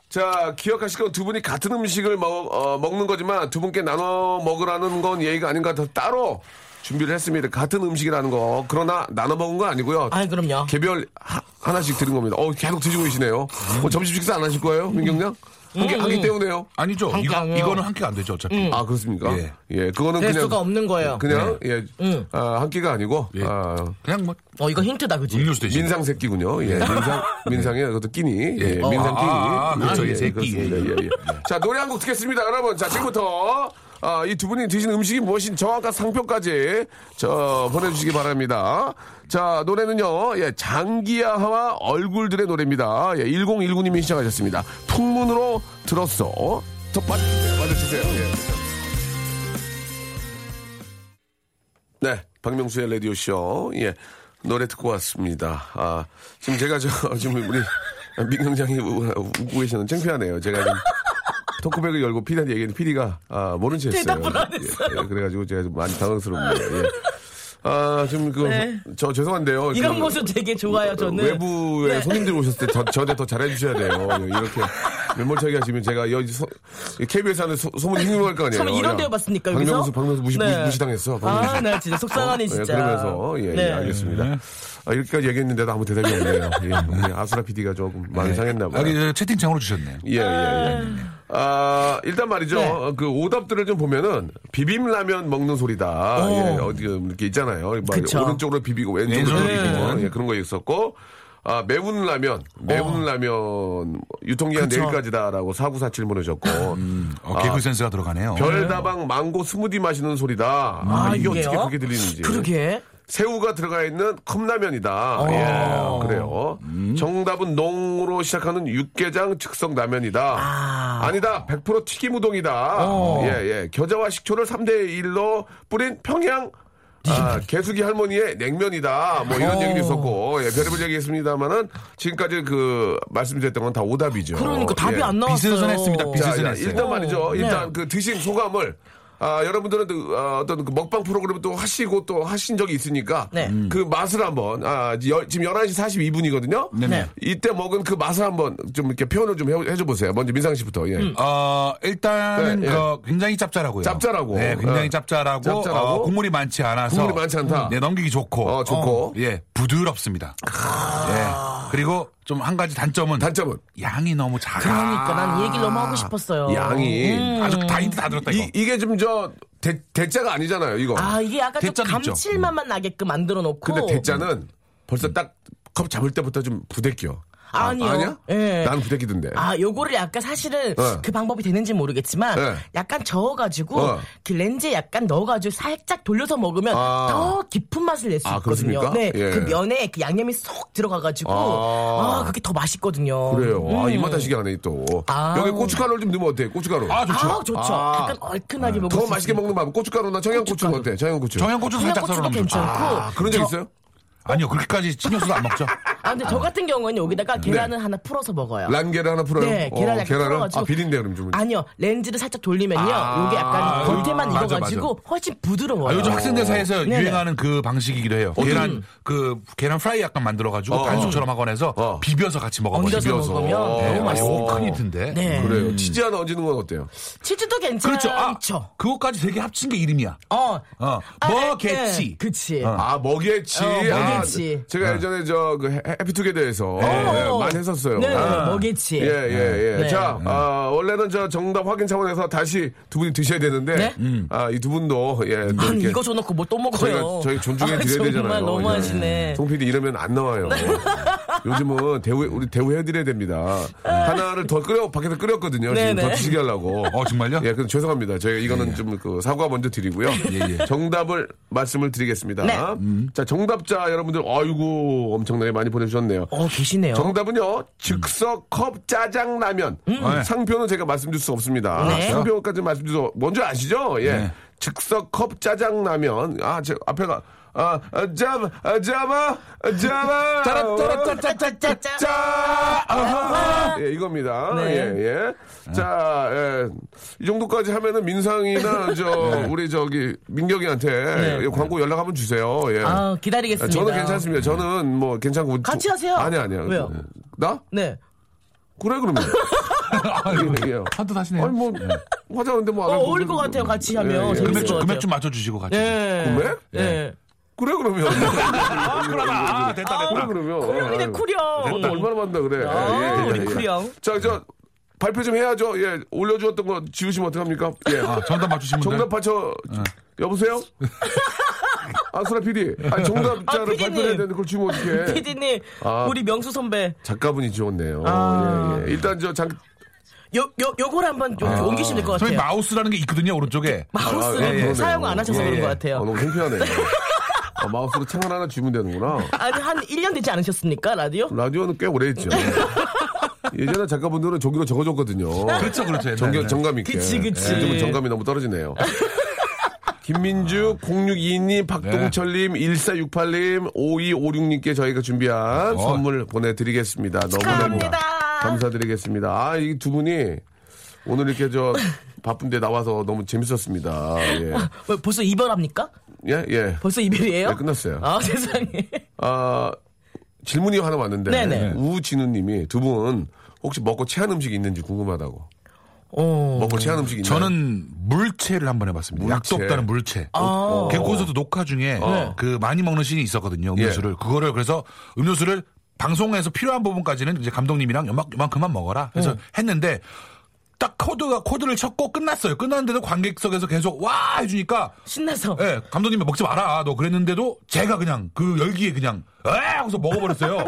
자, 기억하실 건 두 분이 같은 음식을 먹, 어, 먹는 거지만 두 분께 나눠 먹으라는 건 예의가 아닌 것 같아서 따로 준비를 했습니다. 같은 음식이라는 거. 그러나 나눠 먹은 건 아니고요.
아니 그럼요.
개별 하, 나씩 드린 겁니다. 어, 계속 드시고 계시네요. 어, 점심 식사 안 하실 거예요, 민경량? 한끼
음,
한끼 때우네요.
아니죠.
함께
이거,
하면-
이거는 한 끼가 안 되죠, 어차피.
아 그렇습니까? 예,
예.
그거는
음. 될
그냥
수가 없는 거예요. 네. 음.
그냥 예, 아, 한 끼가 아니고
예.
아,
그냥 뭐
어 이거 힌트다 그지?
음료수 대신.
민상 새끼군요. 예, 민상 민상이 그것도 끼니. 예, 민상 끼니.
네. 아, 아, 그렇죠.
예,
예, 새끼.
그렇습니다. 예, 예. 자 노래 한 곡 듣겠습니다, 여러분. 자 지금부터 아, 이 두 분이 드신 음식이 무엇인 정확한 상표까지 저 보내주시기 바랍니다. 자 노래는요, 예, 장기야와 얼굴들의 노래입니다. 예, 1019님이 시작하셨습니다. 풍문으로 들었어. 더 빨리 받으세요. 예. 네, 박명수의 라디오 쇼. 예. 노래 듣고 왔습니다. 아, 지금 제가 저 지금 우리 민경장이 우- 웃고 계시는 창피하네요. 제가 지금 토크백을 열고 피디한테 얘기했는데 피디가 아, 모른 채 했어요.
대답을 안
예, 예, 그래 가지고 제가 좀 많이 당황스럽네요. 예. 아, 지금 그,
네.
저 죄송한데요.
이런
그-
모습 되게 좋아요 저는.
외부에
네.
손님들 오셨을 때 저, 저한테 더 잘해주셔야 돼요. 이렇게 면몰차게 하시면 제가 여기 소, KBS 안에 소, 문이 흉흉할 거 아니에요.
처음에 이런
야,
데요 봤습니까 여기서?
박명수, 박명수 무시,
네.
당했어
아, 나 진짜 속상하네
예,
진짜.
그러면서 예, 예,
네.
알겠습니다. 아, 이렇게까지 얘기했는데도 아무 대답이 없네요. 예, 우리 아수라 PD가 조금 마음이 상했나 봐요.
여기 저 아, 예, 채팅창으로 주셨네요.
예, 예, 예. 아, 일단 말이죠.
네.
어, 그 오답들을 좀 보면은 비빔라면 먹는 소리다.
오.
예, 어디 이렇게 있잖아요. 막
그쵸.
오른쪽으로 비비고 왼쪽으로
왼쪽으로
비비고
비비는.
예, 그런 거 있었고. 아, 매운 라면, 매운 라면, 유통기한
어. 그쵸.
내일까지다라고 4947 보내셨고,
어, 개그 센스가 들어가네요.
음. 아. 별다방 망고 스무디 마시는 소리다. 아, 이게 어떻게
이게요?
그렇게 들리는지.
그러게.
새우가 들어가 있는 컵라면이다.
아.
예, 그래요.
음.
정답은 농으로 시작하는 육개장 즉석 라면이다. 아. 니다100% 튀김 우동이다.
어.
예, 예. 겨자와 식초를 3대 1로 뿌린 평양 아, 개수기 할머니의 냉면이다. 뭐 이런
예. 어.
얘기도 있었고, 예, 별의별 얘기 있습니다만은 지금까지 그 말씀드렸던 건 다 오답이죠.
그러니까 답이
예.
안 나왔어요.
비슷한 했습니다, 비슷.
자,
비슷은
야,
했어요.
일단 말이죠.
어,
일단 그 드신 소감을 아, 여러분들은 그, 아, 어떤 그 먹방 프로그램 또 하시고 또 하신 적이 있으니까
네.
음.
그 맛을 한번 아, 이제 열- 지금 11시 42분이거든요.
네, 네.
이때 먹은 그 맛을 한번 좀 이렇게 표현을 좀 해, 줘 보세요. 먼저 민상 씨부터. 예.
음.
어, 일단은
네, 예.
그 굉장히 짭짤하고요.
짭짤하고.
네, 굉장히
예.
짭짤하고,
짭짤하고.
어, 국물이 많지 않아서 음,
국물이 많지 않다.
네, 넘기기 좋고,
어, 좋고.
예, 부드럽습니다. 그리고 좀 한 가지 단점은
단점은
양이 너무 작아.
그러니까 난 이 얘기를 너무 하고 싶었어요. 음.
양이
아주 다 힌트 다 들었다 음. 이거.
이, 이게 좀 저 대자가 아니잖아요. 이거.
아 이게 약간 좀
대짜는 있죠.
감칠맛만 나게끔 만들어 놓고.
근데 대자는
음.
벌써 딱 컵 잡을 때부터 좀 부대껴.
아니요.
아니야?
예.
나는 부대끼던데.
아, 요거를 약간 사실은
예.
그 방법이 되는지 모르겠지만
예.
약간 저어가지고
어.
그 렌즈에 약간 넣어가지고 살짝 돌려서 먹으면
아.
더 깊은 맛을 낼 수
아,
있거든요.
그렇습니까?
네,
예.
그 면에 그 양념이 쏙 들어가가지고
아.
아, 그게 더 맛있거든요.
그래요. 아,
음.
입맛다시게 하네, 또.
아.
여기 고춧가루를 좀 넣으면 어때? 고춧가루.
아 좋죠.
아, 좋죠.
아.
약간 얼큰하게 먹을
더
수
맛있게
있어요.
먹는 방법. 고춧가루나 청양고추는 어때? 청양고추.
정양고추 살짝 썰어
청양고추도
넣으면 좋죠.
괜찮고.
아, 그런 적 있어요?
아니요 그렇게까지 신경 써도 안 먹죠.
아, 근데 저 같은 경우는 여기다가 계란을 하나 풀어서 먹어요.
란계를 하나 네. 풀어요?
네, 계란
어,
약간
계란을?
풀어가지고.
아, 비린내 그럼 좀.
아니요, 렌즈를 살짝 돌리면요.
아.
요게 약간 겉에만
맞아,
익어가지고 훨씬 부드러워요.
아, 요즘 학생들 사이에서
네네.
유행하는 그 방식이기도 해요. 계란 그 계란 프라이 약간 만들어가지고
어,
반숙처럼 하거나 해서
어.
비벼서 같이 먹어보세요.
얹어서
비벼서.
먹으면
네,
너무
아,
맛있어요.
맛있어요.
큰 힌트인데.
네.
음, 그래요. 치즈 하나 얹는 건 어때요?
치즈도 괜찮죠.
그렇죠. 아, 그것까지 되게 합친 게 이름이야.
어.
어,
아,
뭐겠지.
네, 그치.
어.
아, 먹예치.
어,
아,
먹예치.
제가 예전에 저, 그, 해- 해피투게더에서
어.
예, 많이 했었어요.
네,
아.
먹겠지.
예, 예, 예.
네.
자, 아, 원래는 저 정답 확인 차원에서 다시 두 분이 드셔야 되는데,
네?
아, 이 두 분도, 예. 또
아니,
이렇게
이거 줘놓고 뭐 또
저희가
먹어요.
저희 존중해
아,
드려야
정말
되잖아요. 예.
너무 하시네.
송 PD 이러면 안 나와요. 요즘은 대우 우리 대우해 드려야 됩니다. 하나를 더 끓여 밖에서 끓였거든요. 지금
네네.
더 드시게 하려고.
어, 정말요?
예, 그럼 죄송합니다. 저희가 이거는 좀 그 사과 먼저 드리고요. 정답을 말씀을 드리겠습니다.
네.
자, 정답자 여러분들 아이고 엄청나게 많이 보내 주셨네요.
어, 음. 계시네요.
정답은요 즉석컵 짜장라면
네. 아,
상표는 제가 말씀드릴 수 없습니다
음. 네.
상표까지 말씀드릴 수 뭔지 아시죠 예
네.
즉석컵 짜장라면 아 제 앞에가 아 아, 잡아 아, 잡아 아, 잡아
짜짜짜짜짜짜.
짜 아하 예 이겁니다
네.
예예자이 정도까지 하면은 민상이나 저 우리 저기 민경이한테
네.
이 광고 연락 한번 주세요 예
아, 기다리겠습니다.
저는 괜찮습니다. 저는 뭐 괜찮고
같이 하세요.
아니 아니요.
왜요?
나?
네.
그래 그러면.
아,
예, 예.
한도 다시네요.
아니 뭐 화장인데 뭐.
어,
안 하고
어울릴 것
그러면-
같아요. 같이 하면.
예, 예.
재밌을
금액,
것
좀-
같아요.
금액 좀 맞춰주시고 같이.
예.
그래?
예.
그래 그러면.
아, 그러다. 아,
그래
됐다, 됐다.
그러면.
쿠령이네,
아유,
쿠령.
그것도 얼마나 받는다 그래.
아,
예, 예, 예,
우리
예.
쿠령.
자, 저 발표 좀 해야죠. 예, 올려주었던 거 지우시면 어떡합니까? 예.
아, 정답 맞추신 분들.
정답 받쳐 여보세요? 아수라 PD, 아니,
아,
정답자를
PD 님.
발표해야 되는데 그걸 지우면 어떡해.
피디님,
아.
우리 명수 선배,
작가분이 지웠네요.
아.
예, 예. 일단 저 장,
요, 요, 요걸 한번 요- 옮기시면 될 것
저희
같아요.
마우스라는 게 있거든요, 오른쪽에.
아, 예,
마우스를
예,
사용 안
그러네요.
하셔서
예,
그런
예.
것 같아요.
아, 너무 창피하네. 아, 마우스로 창을 하나 주면 되는구나.
아니, 한 1년 되지 않으셨습니까, 라디오?
라디오는 꽤 오래 했죠. 예전에 작가분들은 종이로 적어줬거든요.
그렇죠, 그렇죠.
정,
옛날에는.
정감 있게.
네,
예,
그치, 그치.
요즘은 정감이 너무 떨어지네요. 김민주, 0622님, 박동철님,
네.
1468님, 5256님께 저희가 준비한
어.
선물 보내드리겠습니다. 너무너무
축하합니다.
감사드리겠습니다. 아, 이 두 분이 오늘 이렇게 저 바쁜데 나와서 너무 재밌었습니다. 예.
왜, 뭐, 벌써 이별합니까?
예, 예.
벌써 이별이에요?
네, 끝났어요.
아, 세상에.
아, 질문이 하나 왔는데
네네.
우진우님이 두 분 혹시 먹고 체한 음식이 있는지 궁금하다고.
어.
먹고 체한 음식이 있나요?
저는 물체를 한번 해봤습니다.
물체.
약도 없다는 물체.
아.
개콘서트 녹화 중에 그 많이 먹는 씬이 있었거든요.
예.
음료수를 그거를 그래서 음료수를 방송에서 필요한 부분까지는 이제 감독님이랑 요만- 요만큼만 먹어라. 그래서 했는데 딱 코드가 코드를 쳤고 끝났어요. 끝났는데도 관객석에서 계속 와 해주니까
신나서.
예 감독님이 먹지 마라 너 그랬는데도 제가 그냥 그 열기에 그냥 에 하고서 먹어버렸어요.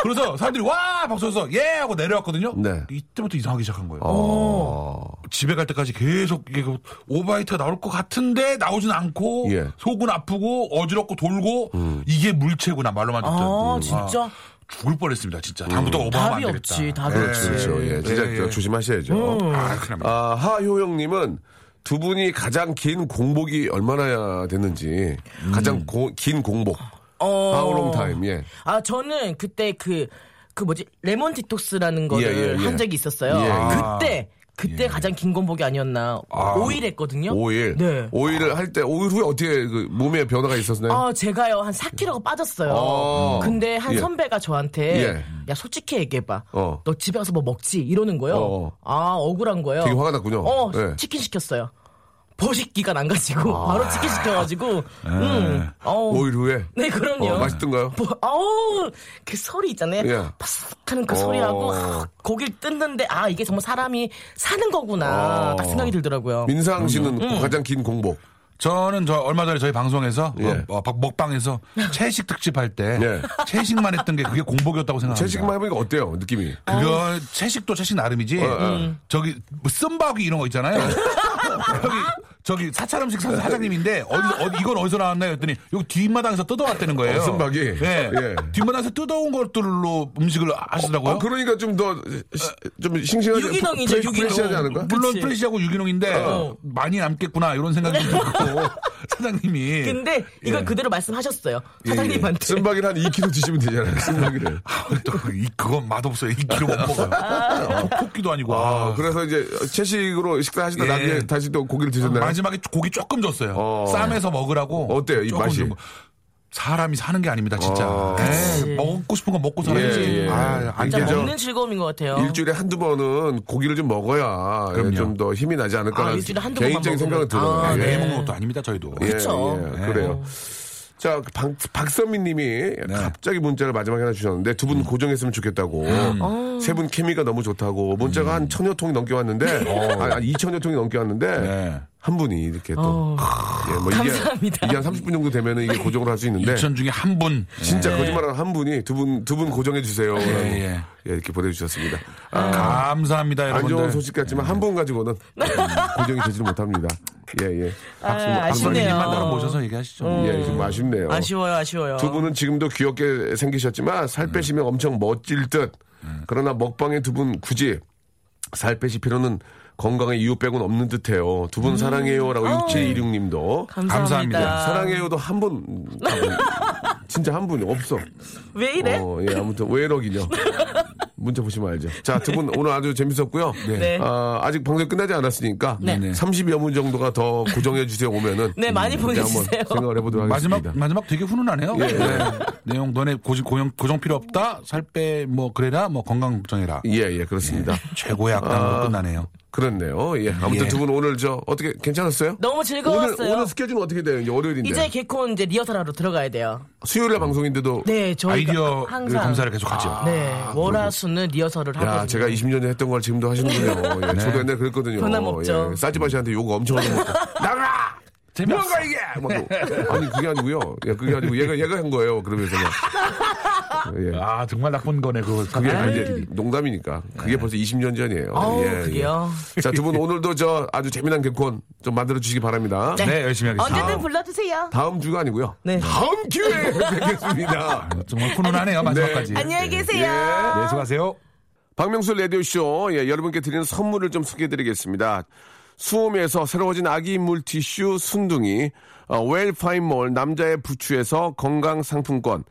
그래서 사람들이 와 박수쳐서 예 하고 내려왔거든요.
네.
이때부터 이상하기 시작한 거예요.
어.
집에 갈 때까지 계속 이게 그 오바이트가 나올 것 같은데 나오진 않고
예. 음.
속은 아프고 어지럽고 돌고 이게 물체구나 말로만 듣던
아,
음.
진짜?
죽을 뻔했습니다 진짜 다음부터 오바하면 안
답이
되겠다
없지, 답이
예.
없지.
그렇죠. 예. 진짜
예, 예.
저 조심하셔야죠.
어.
아, 큰일 납니다.
아, 하효영님은 두 분이 가장 긴 공복이 얼마나 됐는지 가장 고- 긴 공복.
음. 어.
How long time? 예.
아, 저는 그때 그, 그 뭐지, 레몬 디톡스라는 거를
예, 예, 예.
한 적이 있었어요.
예, 예.
그때, 그때 가장 긴 건복이 아니었나. 오일 했거든요.
오일
네.
오일을 할 때 오일 후에 어떻게 그 몸에 변화가 있었나요?
아, 제가요, 한 4kg가 빠졌어요.
네. 어.
근데 한
예.
선배가 저한테,
예.
야, 솔직히 얘기해봐.
어.
너 집에 가서 뭐 먹지? 이러는 거예요.
어.
아, 억울한 거예요.
되게 화가 났군요.
어,
예.
치킨 시켰어요. 버식기가 난가지고 바로 치킨 시켜가지고 음, 어우.
아. 오이루에.
네 그럼요.
어, 맛있던가요?
뭐, 어우 그 소리 있잖아요.
예.
바삭하는 그 소리하고
어.
아, 고기를 뜯는데 아 이게 정말 사람이 사는 거구나
어.
딱 생각이 들더라고요. 음.
민상 씨는 가장 긴 공복.
저는 저 얼마 전에 저희 방송에서
예.
어, 어, 박- 먹방에서 채식 특집 할 때
예.
채식만 했던 게 그게 공복이었다고
아,
생각합니다.
네.
채식만 해보니까 어때요, 어, 느낌이?
그거 채식도 채식 나름이지. 저기 뭐 썸바귀 이런 거 있잖아요.
예.
여기 저기 사찰 음식 사- 사장님인데 어디 어디 이건 어디서 나왔나요? 했더니 여기 뒷마당에서 뜯어왔다는 거예요.
어, 쌈박이?
예.
예.
뒷마당에서 뜯어온 것들로 음식을 하시더라고요.
어, 그러니까 좀 더, 시- 좀 싱싱하지
유기농이죠,
프레-
유기농.
프레시하지 않을까?
물-
물론
그치.
프레시하고 유기농인데
어.
많이 남겠구나 이런 생각이 들고 사장님이
근데 이걸
예.
그대로 말씀하셨어요.
예,
사장님한테.
쓴박이를 한 2kg 드시면 되잖아요, 쓴박이를.
아, 또 그- 이- 그건 맛없어요. 2kg 못 먹어요. 토끼도 아니고.
아,
아,
그래서 이제 채식으로 식사하시다
예. 아,
나중에 다시 또 고기를 드셨나요?
마지막에 고기 조금 줬어요.
어.
쌈에서 먹으라고.
어때요, 이
조금
맛이? 어.
준 거. 사람이 사는 게 아닙니다, 진짜. 에이, 먹고 싶은 거 먹고 살아야지.
예, 예.
아, 안
진짜
진짜
되죠.
그죠?
먹는 즐거움인 것 같아요.
일주일에 한두 번은 고기를 좀 먹어야 예,
그럼요.
좀 더 힘이 나지 않을까.
아, 일주일에 한두 번만
개인적인 생각은
먹으면.
들어요.
아,
아,
예.
매일 먹는 것도 아닙니다, 저희도.
예,
그쵸.
예,
네.
그래요. 자, 그 박, 박선민 님이 갑자기 문자를 마지막에 하나 주셨는데 두
음.
분 고정했으면 좋겠다고.
아.
세 분 케미가 너무 좋다고.
음.
문자가 한 천여 통이 넘게 왔는데, 아니, 아니, 이천여 통이 넘게 왔는데,
어. 네.
한 분이 이렇게 또.
어.
예, 뭐
감사합니다.
이게, 이게 한 30분 정도 되면은 이게 고정을 할 수 있는데.
유치원 중에 한 분.
진짜 거짓말하는 한 분이 두 분, 두 분 고정해주세요. 라고
예, 예.
예, 이렇게 보내주셨습니다.
예. 감사합니다,
안
여러분들.
좋은 소식 같지만 한 분 가지고는 예, 고정이 되지를 못합니다. 예, 예.
아, 아쉽네요.
님만 따로 모셔서 얘기하시죠.
예, 좀 아쉽네요.
아쉬워요, 아쉬워요.
두 분은 지금도 귀엽게 생기셨지만 살 빼시면 엄청 멋질 듯. 그러나 먹방에 두 분 굳이 살 빼실 필요는 건강에 이유 빼곤 없는 듯해요. 두 분 사랑해요라고 6716님도
감사합니다.
감사합니다.
사랑해요도 한 분 진짜 한 분이 없어.
왜 이래?
어, 예, 아무튼 외럭이죠. 문자 보시면 알죠. 자, 두 분 오늘 아주 재밌었고요.
네.
아, 아직 방송 이 끝나지 않았으니까
네.
30여 분 정도가 더 고정해 주세요 오면은 음,
네, 많이
이제 한번
보내주세요.
생각을 해보도록
음, 마지막
하겠습니다. 예.
마지막 되게 훈훈하네요. 네. 내용 너네 고지, 고정 고정 필요 없다. 살 빼 뭐 그래라 뭐 건강 걱정해라.
예, 아. 예, 그렇습니다.
네.
최고의 악당으로 끝나네요.
그렇네요. 예. 아무튼
예.
두 분 오늘 저 어떻게 괜찮았어요?
너무 즐거웠어요.
오늘 네. 오늘 스케줄은 어떻게 돼요? 이제 월요일인데.
이제 개콘 이제 리허설하러 들어가야 돼요.
수요일날 방송인데도
네, 저희
아이디어
그
항상
검사를 계속 하죠.
아.
네, 월화수는 리허설을
야,
하거든요.
제가 20년 전에 했던 걸 지금도 하시는군요.
네.
예, 저도 옛날에 그랬거든요.
변함없죠.
예, 싸지바 씨한테 욕 엄청 하고 나가! 뭔가 이게! 막 또. 아니, 그게 아니고요. 예, 그게 아니고 얘가, 얘가 한 거예요. 그러면서. 그냥. 예.
아 정말 나쁜 거네 아, 그거.
그게
아.
이제 농담이니까. 그게 벌써 20년 전이에요.
어우,
예, 예.
예. 그게요.
자, 두 분 오늘도 저 아주 재미난 개콘 좀 만들어 주시기 바랍니다.
네 열심히 하겠습니다.
아,
언제든 불러주세요.
다음 주가 아니고요.
네.
다음 기회에 뵙겠습니다.
아, 정말 훈훈하네요 마지막까지.
안녕히 계세요.
예.
네, 수고하세요.
박명수 라디오쇼, 예, 여러분께 드리는 선물을 좀 소개해드리겠습니다. 수홈에서 새로워진 아기 인물 티슈 순둥이, 어, 웰파인몰 남자의 부추에서 건강 상품권,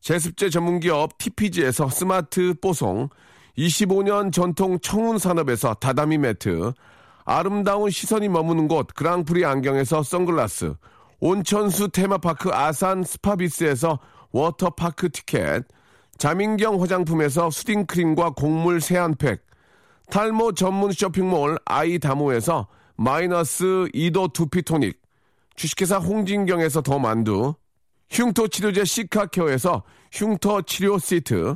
제습제 전문기업 TPG에서 스마트 뽀송, 25년 전통 청운 산업에서 다다미 매트, 아름다운 시선이 머무는 곳 그랑프리 안경에서 선글라스, 온천수 테마파크 아산 스파비스에서 워터파크 티켓, 자민경 화장품에서 수딩크림과 곡물 세안팩, 탈모 전문 쇼핑몰 아이다모에서 마이너스 2도 두피토닉, 주식회사 홍진경에서 더 만두, 흉터 치료제 시카케어에서 흉터 치료 시트,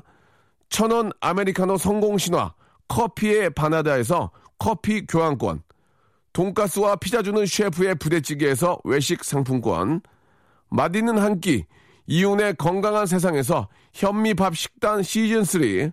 천원 아메리카노 성공 신화 커피의 바나다에서 커피 교환권, 돈가스와 피자 주는 셰프의 부대찌개에서 외식 상품권, 맛있는 한 끼, 이윤의 건강한 세상에서 현미밥 식단 시즌3,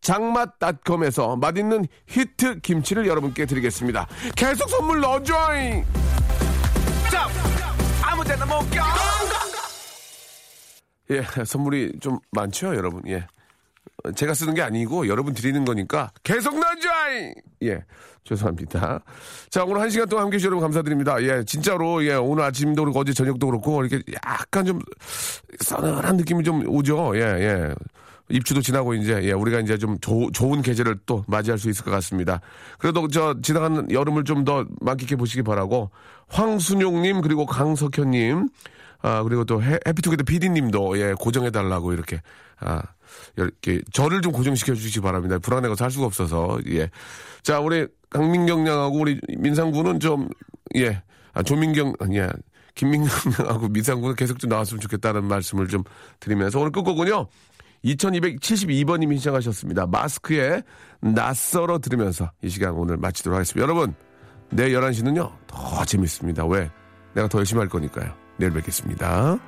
장맛닷컴에서 맛있는 히트 김치를 여러분께 드리겠습니다 계속 선물 넣어줘잉 예 선물이 좀 많죠 여러분 예 제가 쓰는 게 아니고 여러분 드리는 거니까 계속 넣어줘잉 예. 죄송합니다. 자, 오늘 한 시간 동안 함께 해주셔서 여러분 감사드립니다. 예, 진짜로, 예, 오늘 아침도 그렇고, 어제 저녁도 그렇고, 이렇게 약간 좀 서늘한 느낌이 좀 오죠. 예, 예. 입추도 지나고, 이제, 예, 우리가 이제 좀 조- 좋은 계절을 또 맞이할 수 있을 것 같습니다. 그래도 저 지나가는 여름을 좀 더 만끽해 보시기 바라고, 황순용님, 그리고 강석현님, 아, 그리고 또 해- 해피투게더 PD님도 예, 고정해달라고 이렇게, 아, 이렇게 저를 좀 고정시켜 주시기 바랍니다. 불안해서 할 수가 없어서, 예. 자, 우리 강민경 양하고 우리 민상군은 좀, 예. 아, 조민경, 예. 김민경 양하고 민상군은 계속 좀 나왔으면 좋겠다는 말씀을 좀 드리면서 오늘 끝곡은요. 2272번님이 신청하셨습니다. 마스크에 낯설어 들으면서 이 시간 오늘 마치도록 하겠습니다. 여러분, 내일 11시는요, 더 재밌습니다. 왜? 내가 더 열심히 할 거니까요. 내일 뵙겠습니다.